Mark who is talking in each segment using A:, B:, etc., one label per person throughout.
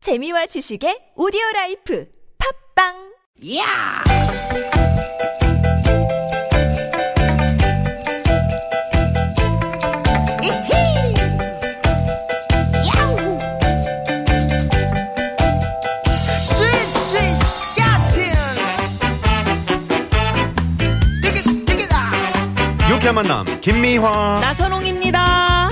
A: 재미와 지식의 오디오 라이프 팝빵
B: Yeah!
C: 유쾌한 만남 김미화
D: 나선홍입니다.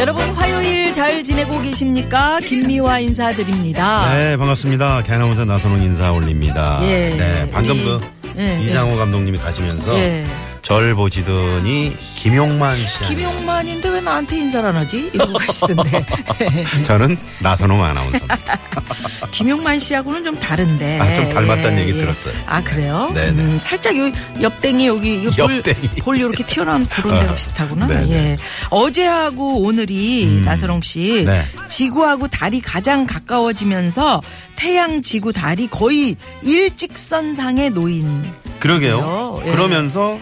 D: 여러분 화요일 잘 지내고 계십니까? 김미화 인사드립니다.
C: 네 반갑습니다 개나운서 나선홍 인사 올립니다
D: 예.
C: 네 방금
D: 이-
C: 그
D: 예,
C: 이장호 감독님이 가시면서
D: 예.
C: 절 보시더니 김용만 씨
D: 김용만인데 왜 나한테 인사를 안 하지? 이러고 계시던데.
C: 저는 나선홍 아나운서입니다
D: 김용만 씨하고는 좀 다른데.
C: 아, 좀 닮았다는 얘기 들었어요.
D: 아, 그래요?
C: 네네.
D: 음, 살짝 요 옆댕이 여기, 요 볼,
C: 옆댕이.
D: 볼 이렇게 튀어나온 그런 데가
C: 어,
D: 비슷하구나.
C: 네네. 음.
D: 예. 어제하고 오늘이 나선홍 씨.
C: 네.
D: 지구하고 달이 가장 가까워지면서 태양, 지구, 달이 거의 일직선상에 놓인.
C: 그러게요
D: 그래요? 예.
C: 그러면서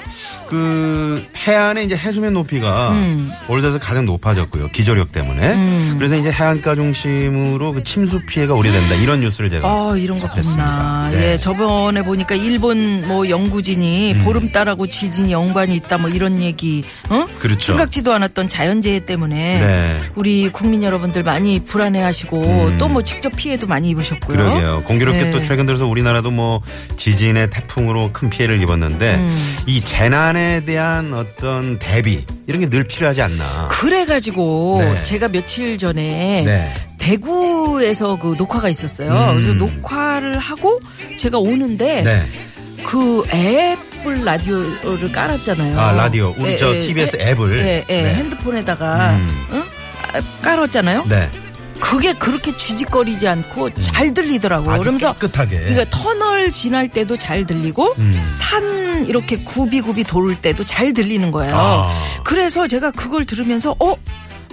C: 그 해안의 이제 해수면 높이가
D: 음.
C: 올 들어서 가장 높아졌고요 기저력 때문에 그래서 이제 해안가 중심으로 그 침수 피해가 우려된다 이런 뉴스를 제가
D: 어, 이런 거 겁나.
C: 접했습니다. 네. 음.
D: 예, 저번에 보니까 일본 뭐 연구진이 보름달하고 지진이 연관이 있다 뭐 이런 얘기, 어?
C: 그렇죠.
D: 생각지도 예. 않았던 자연재해 때문에
C: 네.
D: 우리 국민 여러분들 많이 불안해하시고 또 뭐 직접 피해도 많이 입으셨고요.
C: 음. 그러게요. 공교롭게
D: 네.
C: 또 최근 들어서 우리나라도 뭐 지진에 태풍으로 큰 피해를 입었는데
D: 음.
C: 이 재난에 대한 어떤 대비 이런 게 늘 필요하지 않나.
D: 그래가지고
C: 네.
D: 제가 며칠 전에
C: 네. 음.
D: 대구에서 그 녹화가 있었어요. 그래서 녹화를 하고 제가 오는데
C: 네.
D: 그 앱을 라디오를 깔았잖아요. 네,
C: 아, 라디오. 우리 저 TBS 앱을.
D: 예, 예,
C: 네.
D: 핸드폰에다가
C: 음.
D: 응? 아, 깔았잖아요.
C: 네. 음.
D: 그게 그렇게 쥐직거리지 않고 잘 들리더라고요.
C: 아주
D: 그러면서
C: 깨끗하게.
D: 그러니까 터널 지날 때도 잘 들리고
C: 음.
D: 산 이렇게 굽이굽이 돌 때도 잘 들리는 거예요.
C: 아.
D: 그래서 제가 그걸 들으면서 어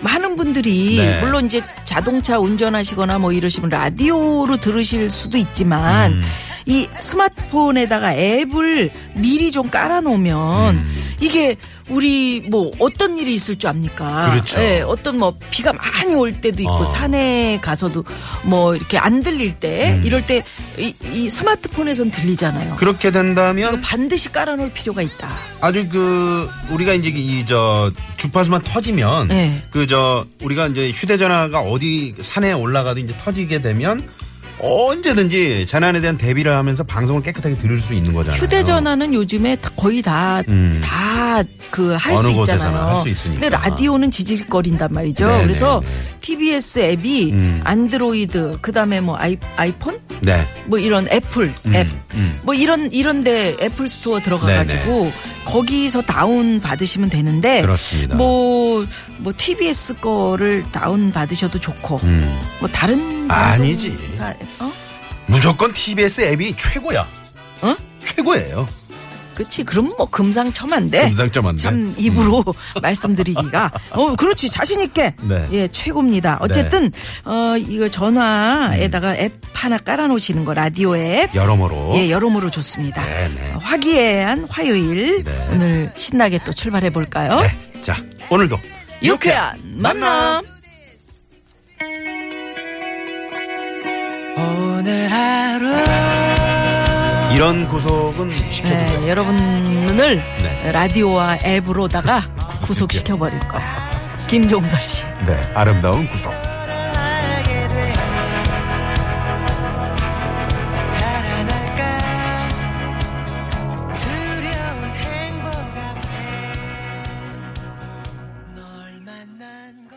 D: 많은 분들이
C: 네.
D: 물론 이제 자동차 운전하시거나 뭐 이러시면 라디오로 들으실 수도 있지만
C: 음.
D: 이 스마트폰에다가 앱을 미리 좀 깔아놓으면
C: 음.
D: 이게 우리 뭐 어떤 일이 있을 줄 압니까?
C: 그렇죠.
D: 예, 어떤 뭐 비가 많이 올 때도 있고
C: 어.
D: 산에 가서도 뭐 이렇게 안 들릴 때 이럴 때 이 스마트폰에선 들리잖아요.
C: 음. 그렇게 된다면
D: 반드시 깔아놓을 필요가 있다.
C: 아주 그 우리가 이제 이 저 주파수만 터지면
D: 네.
C: 그 저 우리가 이제 휴대전화가 어디 산에 올라가도 이제 터지게 되면 언제든지 재난에 대한 대비를 하면서 방송을 깨끗하게 들을 수 있는 거잖아요.
D: 휴대전화는 요즘에 다- 거의
C: 음.
D: 다 다 그 할 수
C: 어느 곳에서나
D: 있잖아요.
C: 할수 있으니까.
D: 근데 라디오는 지질거린단 말이죠.
C: 네네.
D: 그래서 TBS 앱이
C: 음.
D: 안드로이드 그다음에 뭐 아이, 아이폰
C: 네.
D: 뭐 이런 애플 앱.
C: 음. 네,
D: 뭐 이런 이런데 애플 스토어 들어가가지고 거기서 다운 받으시면 되는데
C: 그렇습니다.
D: 뭐뭐 TBS 거를 다운 받으셔도 좋고
C: 음.
D: 뭐 다른
C: 아니지.
D: 방송사 앱, 어
C: 무조건 TBS 앱이 최고야.
D: 어?
C: 최고예요.
D: 그렇지 그럼 뭐 금상첨화인데
C: 금상첨화인데. 음.
D: 참 입으로 말씀드리기가 어 그렇지 자신 있게
C: 네.
D: 예 최고입니다 어쨌든 어 이거 전화에다가 앱 하나 깔아놓으시는 거 라디오 앱
C: 음. 여러모로.
D: 예, 여러모로 좋습니다.
C: 네네.
D: 화기애애한 화요일
C: 네.
D: 오늘 신나게 또 출발해 볼까요?
C: 네. 자, 오늘도
D: 유쾌한 만남.
B: 오늘 하루
C: 이런 구속은 시켜도 돼요.
D: 네, 여러분을
C: 네.
D: 라디오와 앱으로다가 구속시켜 버릴 거야. 김종서 씨.
C: 네. 아름다운 구속.
B: 알게 돼 달아날까 두려운 행복 앞에 널 만난 것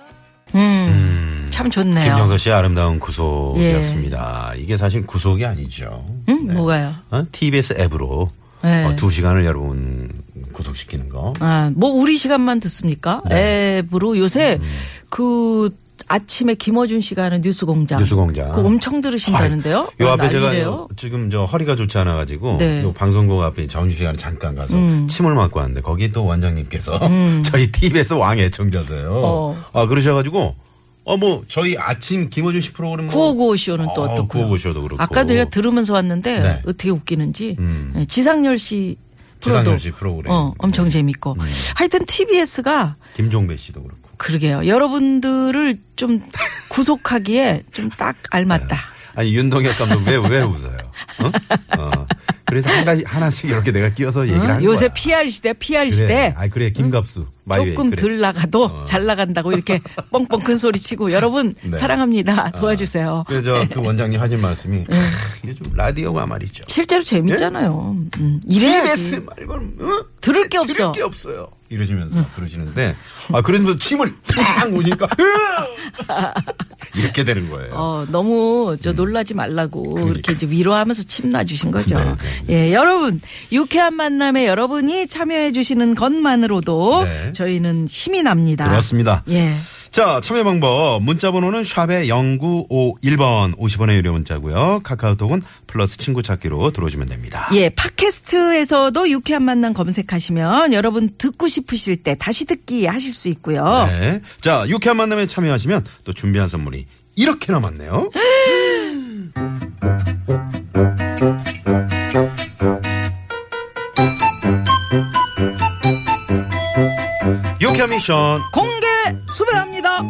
D: 음. 참 좋네요. 예.
C: 김영서 씨의 아름다운 구속이었습니다. 이게 사실 구속이 아니죠.
D: 음, 뭐가요?
C: 어? TBS 앱으로
D: 네.
C: 어, 두 시간을 여러분 구속시키는 거.
D: 아, 뭐 우리 시간만 듣습니까?
C: 네.
D: 앱으로 요새
C: 음.
D: 그 아침에 김어준 씨가는 뉴스공장.
C: 뉴스공장.
D: 그 엄청 들으신다는데요? 아,
C: 요 앞에 제가 어,
D: 난리래요.
C: 지금 저 허리가 좋지 않아 가지고
D: 네. 음.
C: 요 방송국 앞에 점심시간에 잠깐 가서 침을 맞고 왔는데 거기 또 원장님께서 저희 TBS 왕의 청자세요.
D: 어.
C: 아 그러셔가지고 어 뭐 저희 아침 김어준 씨 프로그램 뭐
D: 구호구호 쇼는 또
C: 어,
D: 어떻고요?
C: 구호구호 쇼도 그렇고.
D: 아까 내가 들으면서 왔는데
C: 네.
D: 어떻게 웃기는지
C: 음.
D: 네, 지상렬 씨
C: 지상렬씨 프로그램. 네. 음.
D: 어, 엄청 재밌고. 하여튼 TBS가
C: 김종배 씨도 그렇고.
D: 그러게요. 여러분들을 좀 구속하기에 좀 딱 알맞다.
C: 아니 윤동혁 감독 왜 왜 웃어요? 어? 어. 그래서 한 가지 하나씩 이렇게 내가 끼어서 얘기를
D: 응?
C: 하는
D: 요새
C: 거야.
D: PR 시대, PR
C: 그래.
D: 시대.
C: 아 그래 김갑수 마이웨이
D: 조금
C: 그래. 어.
D: 덜 나가도 잘 나간다고 이렇게 뻥뻥 큰 소리 치고 여러분
C: 네.
D: 사랑합니다. 도와주세요.
C: 그래서 그 원장님 하신 말씀이 크, 이게 좀 라디오가 말이죠.
D: 실제로 재밌잖아요.
C: 네.
D: 음,
C: TBS
D: 이래야지.
C: 말고 어?
D: 들을 게 없어.
C: 들을 게 없어요. 이러시면서 막 그러시는데 아 그러면서 침을 탁 오니까 으아! 이렇게 되는 거예요.
D: 어, 너무
C: 음.
D: 저 놀라지 말라고 이렇게 이제 위로하면서 침 놔주신 거죠.
C: 그러니까. 네,
D: 예, 여러분 유쾌한 만남에 여러분이 참여해 주시는 것만으로도
C: 네.
D: 저희는 힘이 납니다.
C: 그렇습니다.
D: 예.
C: 자, 참여 방법. 문자 번호는 샵의 0951번 50원의 유료 문자고요. 카카오톡은 플러스 친구 찾기로 들어오시면 됩니다.
D: 예, 팟캐스트에서도 유쾌한 만남 검색하시면 여러분 듣고 싶으실 때 다시 듣기 하실 수 있고요.
C: 네. 자, 유쾌한 만남에 참여하시면 또 준비한 선물이 이렇게 남았네요. 유쾌한 미션.
D: 공개 수배합니다.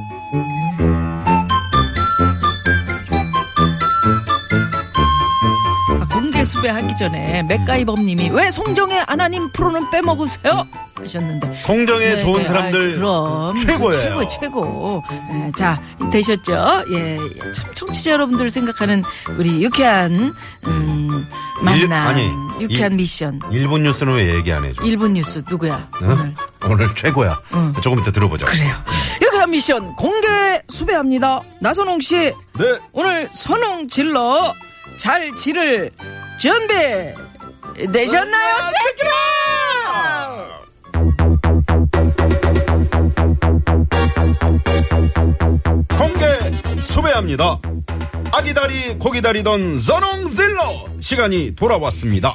D: 아, 공개 수배하기 전에 맥가이버님이 왜 송정의 하나님 프로는 빼먹으세요? 하셨는데
C: 성정에
D: 네,
C: 좋은
D: 네,
C: 사람들
D: 아이, 그럼
C: 최고예요.
D: 최고 최고. 예, 자 되셨죠? 예, 참 청취자 여러분들 생각하는 우리 유쾌한 음, 만남,
C: 일- 아니,
D: 유쾌한
C: 이-
D: 미션.
C: 일본 뉴스는 왜 얘기 안 해줘?
D: 일본 뉴스 누구야?
C: 응?
D: 오늘
C: 오늘 최고야. 조금 이따 들어보자.
D: 그래요. 유쾌한 미션 공개 수배합니다. 나선홍 씨
C: 네.
D: 오늘 선홍 질러 잘 지를 준비 되셨나요?
C: 아,
D: 체키라!
C: 공개 수배합니다. 아기다리 고기다리던 선홍질러 시간이 돌아왔습니다.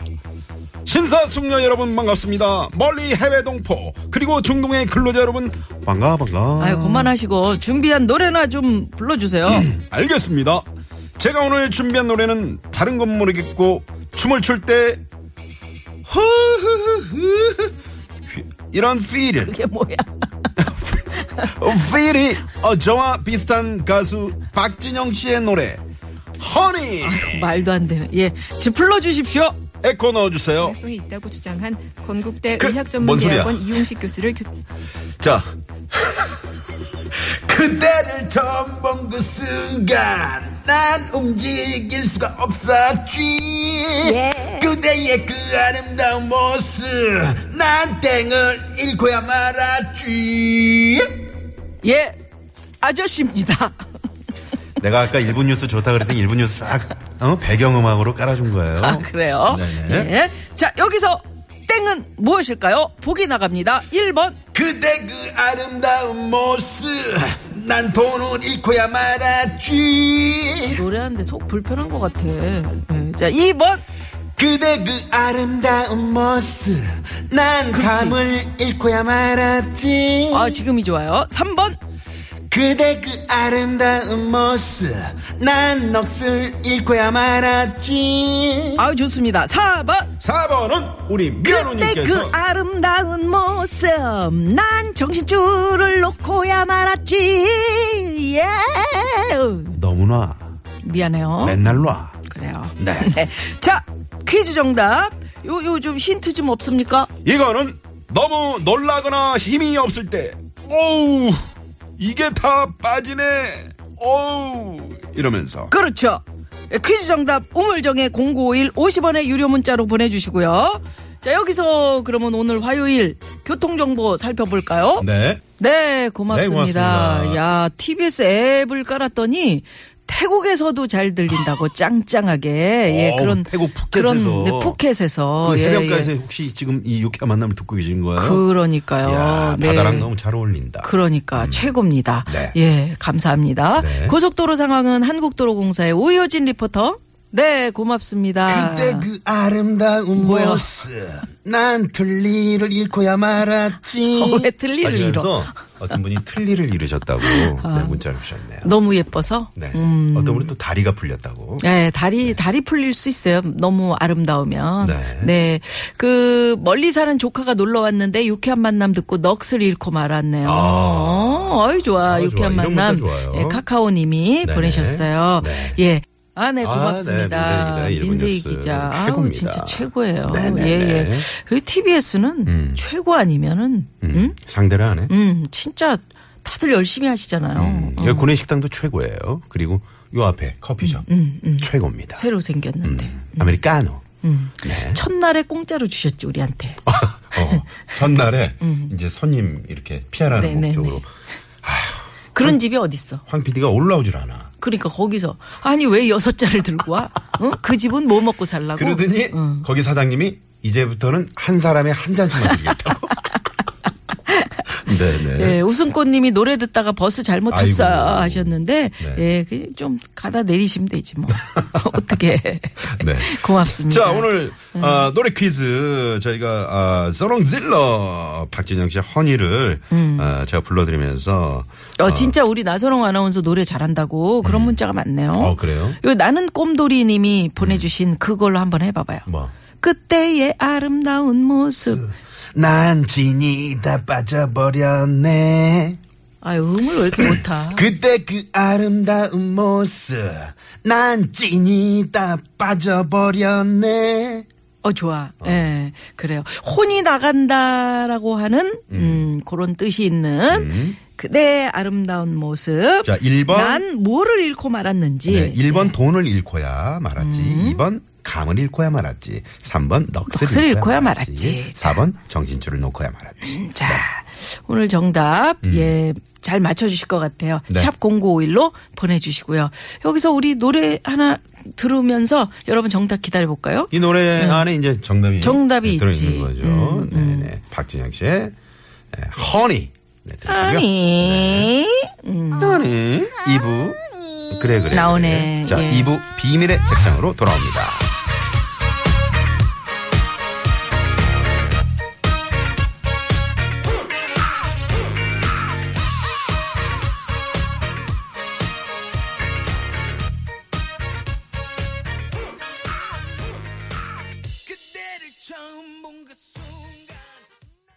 C: 신사숙녀 여러분 반갑습니다. 멀리 해외 동포 그리고 중동의 근로자 여러분 반가 반가.
D: 아유 그만하시고 준비한 노래나 좀 불러주세요.
C: 음. 알겠습니다. 제가 오늘 준비한 노래는 다른 건 모르겠고 춤을 출 때 이런 필을
D: 그게 뭐야?
C: 필이 어, 저와 비슷한 가수 박진영 씨의 노래 허니
D: 말도 안 되는. 예, 지금 불러주십시오.
C: 에코 넣어주세요.
E: 가능성이 있다고 주장한 건국대
C: 그, 뭔
E: 네, 의학전문대학원 이용식 교수를 교-
C: 자. 그대를 처음 본 그 순간 난 움직일 수가 없었지
E: 예.
A: 예.
C: 그대의 그 아름다운 모습 난 땡을 잃고야 말았지
D: 예, 아저씨입니다.
C: 내가 아까 일본 뉴스 좋다 그랬더니 일본 뉴스 싹 어? 배경음악으로 깔아준 거예요
D: 아 그래요?
C: 어. 네네.
D: 예. 자 여기서 땡은 무엇일까요? 보기 나갑니다. 1번
F: 그대 그 아름다운 모습 난 돈을 잃고야 말았지
D: 노래하는데 속 불편한 것 같아. 예, 자 2번
F: 그대 그 아름다운 모습 난 감을 잃고야 말았지
D: 아 지금이 좋아요. 3번
F: 그대 그 아름다운 모습 난 넋을 잃고야 말았지
D: 아 좋습니다. 4번
C: 4번은 우리
D: 그때 그
C: 미아노님께서
D: 아름다운 모습 난 정신줄을 놓고야 말았지. 예.
C: 너무나
D: 미안해요.
C: 맨날 놔
D: 그래요.
C: 네.
D: 어? 네. 자 퀴즈 정답. 요 요 좀 힌트 좀 없습니까?
C: 이거는 너무 놀라거나 힘이 없을 때 어우 이게 다 빠지네 어우 이러면서
D: 그렇죠. 퀴즈 정답 우물정의 0951 50원의 유료 문자로 보내주시고요. 자 여기서 그러면 오늘 화요일 교통 정보 살펴볼까요?
C: 네
D: 네, 고맙습니다.
C: 네, 고맙습니다.
D: 야 TBS 앱을 깔았더니. 태국에서도 잘 들린다고 짱짱하게 예
C: 아. 어우,
D: 그런
C: 태국 푸켓에서.
D: 그런, 네, 푸켓에서
C: 그
D: 예,
C: 해변가에서
D: 예.
C: 혹시 지금 이 유쾌한 만남을 듣고 계신 거예요?
D: 그러니까요
C: 야,
D: 네.
C: 바다랑 너무 잘 어울린다.
D: 그러니까 최고입니다
C: 네.
D: 예 감사합니다
C: 네.
D: 고속도로 상황은 한국도로공사의 오효진 리포터 네, 고맙습니다.
F: 그때 그 아름다운
D: 아. 뭐야?
F: 모습 난 틀니를 잃고야 말았지
D: 어, 왜 틀리를 잃어?
C: 하시면서 어떤 분이 틀니를 잃으셨다고 네, 문자를 주셨네요.
D: 너무 예뻐서.
C: 네.
D: 음.
C: 어떤 분은 또 다리가 풀렸다고.
D: 네, 다리 다리 풀릴 수 있어요. 너무 아름다우면.
C: 네.
D: 그 멀리 사는 조카가 놀러 왔는데 유쾌한 만남 듣고 넋을 잃고 말았네요.
C: 아.
D: 어, 어이 좋아.
C: 아,
D: 유쾌한
C: 좋아. 이런 문자
D: 만남.
C: 좋아요.
D: 예, 카카오 님이
C: 네네.
D: 보내셨어요.
C: 네.
D: 예. 아, 네,
C: 아,
D: 고맙습니다.
C: 네, 민세희 기자, 일본 뉴스
D: 기자. 아우,
C: 최고입니다.
D: 진짜 최고예요.
C: 네네네.
D: 예, 예. 그 TBS는 최고 아니면은,
C: 음,
D: 음?
C: 상대를 안 해.
D: 음, 진짜 다들 열심히 하시잖아요. 어,
C: 음. 여기 구내 식당도 최고예요. 그리고 요 앞에 커피숍
D: 음,
C: 최고입니다. 음.
D: 새로 생겼는데.
C: 아메리카노.
D: 음.
C: 네.
D: 첫날에 공짜로 주셨지, 우리한테.
C: 어, 전날에 이제 손님 이렇게 피하라는
D: 음. 네네네.
C: 목적으로
D: 그런 집이 어딨어.
C: 황 PD가 올라오질 않아.
D: 그러니까 거기서 아니 왜 여섯 자를 들고 와? 어? 그 집은 뭐 먹고 살라고? 어.
C: 그러더니 거기 사장님이 이제부터는 한 사람에 한 잔씩만 드리겠다고. 네네.
D: 예, 웃음꽃님이 노래 듣다가 버스 잘못 탔어요
C: 아이고.
D: 하셨는데
C: 네.
D: 예, 그냥 좀 가다 내리시면 되지 뭐 어떻게
C: 네.
D: 고맙습니다. 음.
C: 자 오늘 아, 노래 퀴즈 저희가 아, 써롱질러 박진영 씨의 허니를
D: 음.
C: 아, 제가 불러드리면서
D: 어, 진짜 우리 나선홍 아나운서 노래 잘한다고 그런 문자가 많네요.
C: 어, 그래요? 음.
D: 이거 나는 꼼돌이님이 보내주신 그걸로 한번 해봐봐요.
C: 뭐?
D: 그때의 아름다운 모습.
F: 난 진이 다 빠져버렸네
D: 아유 음을 왜 이렇게 못하?
F: 그때 그 아름다운 모습 난 찐이 다 빠져버렸네
D: 어 좋아. 예. 그래요. 혼이 나간다라고 하는 음, 그런 뜻이 있는 그대 아름다운 모습.
C: 자, 일 번.
D: 난 뭐를 잃고 말았는지.
C: 네, 1번 돈을 잃고야 말았지. 2번 감을 잃고야 말았지. 3번 넋을,
D: 음. 넋을 잃고야 말았지. 음. 자.
C: 4번 정신줄을 놓고야 말았지.
D: 자, 오늘 정답 예. 잘 맞춰주실 것 같아요.
C: 네.
D: 샵 0951로 보내주시고요. 여기서 우리 노래 하나 들으면서 여러분 정답 기다려볼까요?
C: 이 노래 안에 이제 정답이,
D: 네. 정답이
C: 네, 들어있는
D: 있지. 음,
C: 거죠. 네네. 박진영 씨의 네, 허니. 네, 들으시고요.
D: 아니. 음.
C: 허니. 2부. 그래, 그래. 그래.
D: 나오네.
C: 자,
D: 예.
C: 2부 비밀의 책상으로 돌아옵니다.
B: 그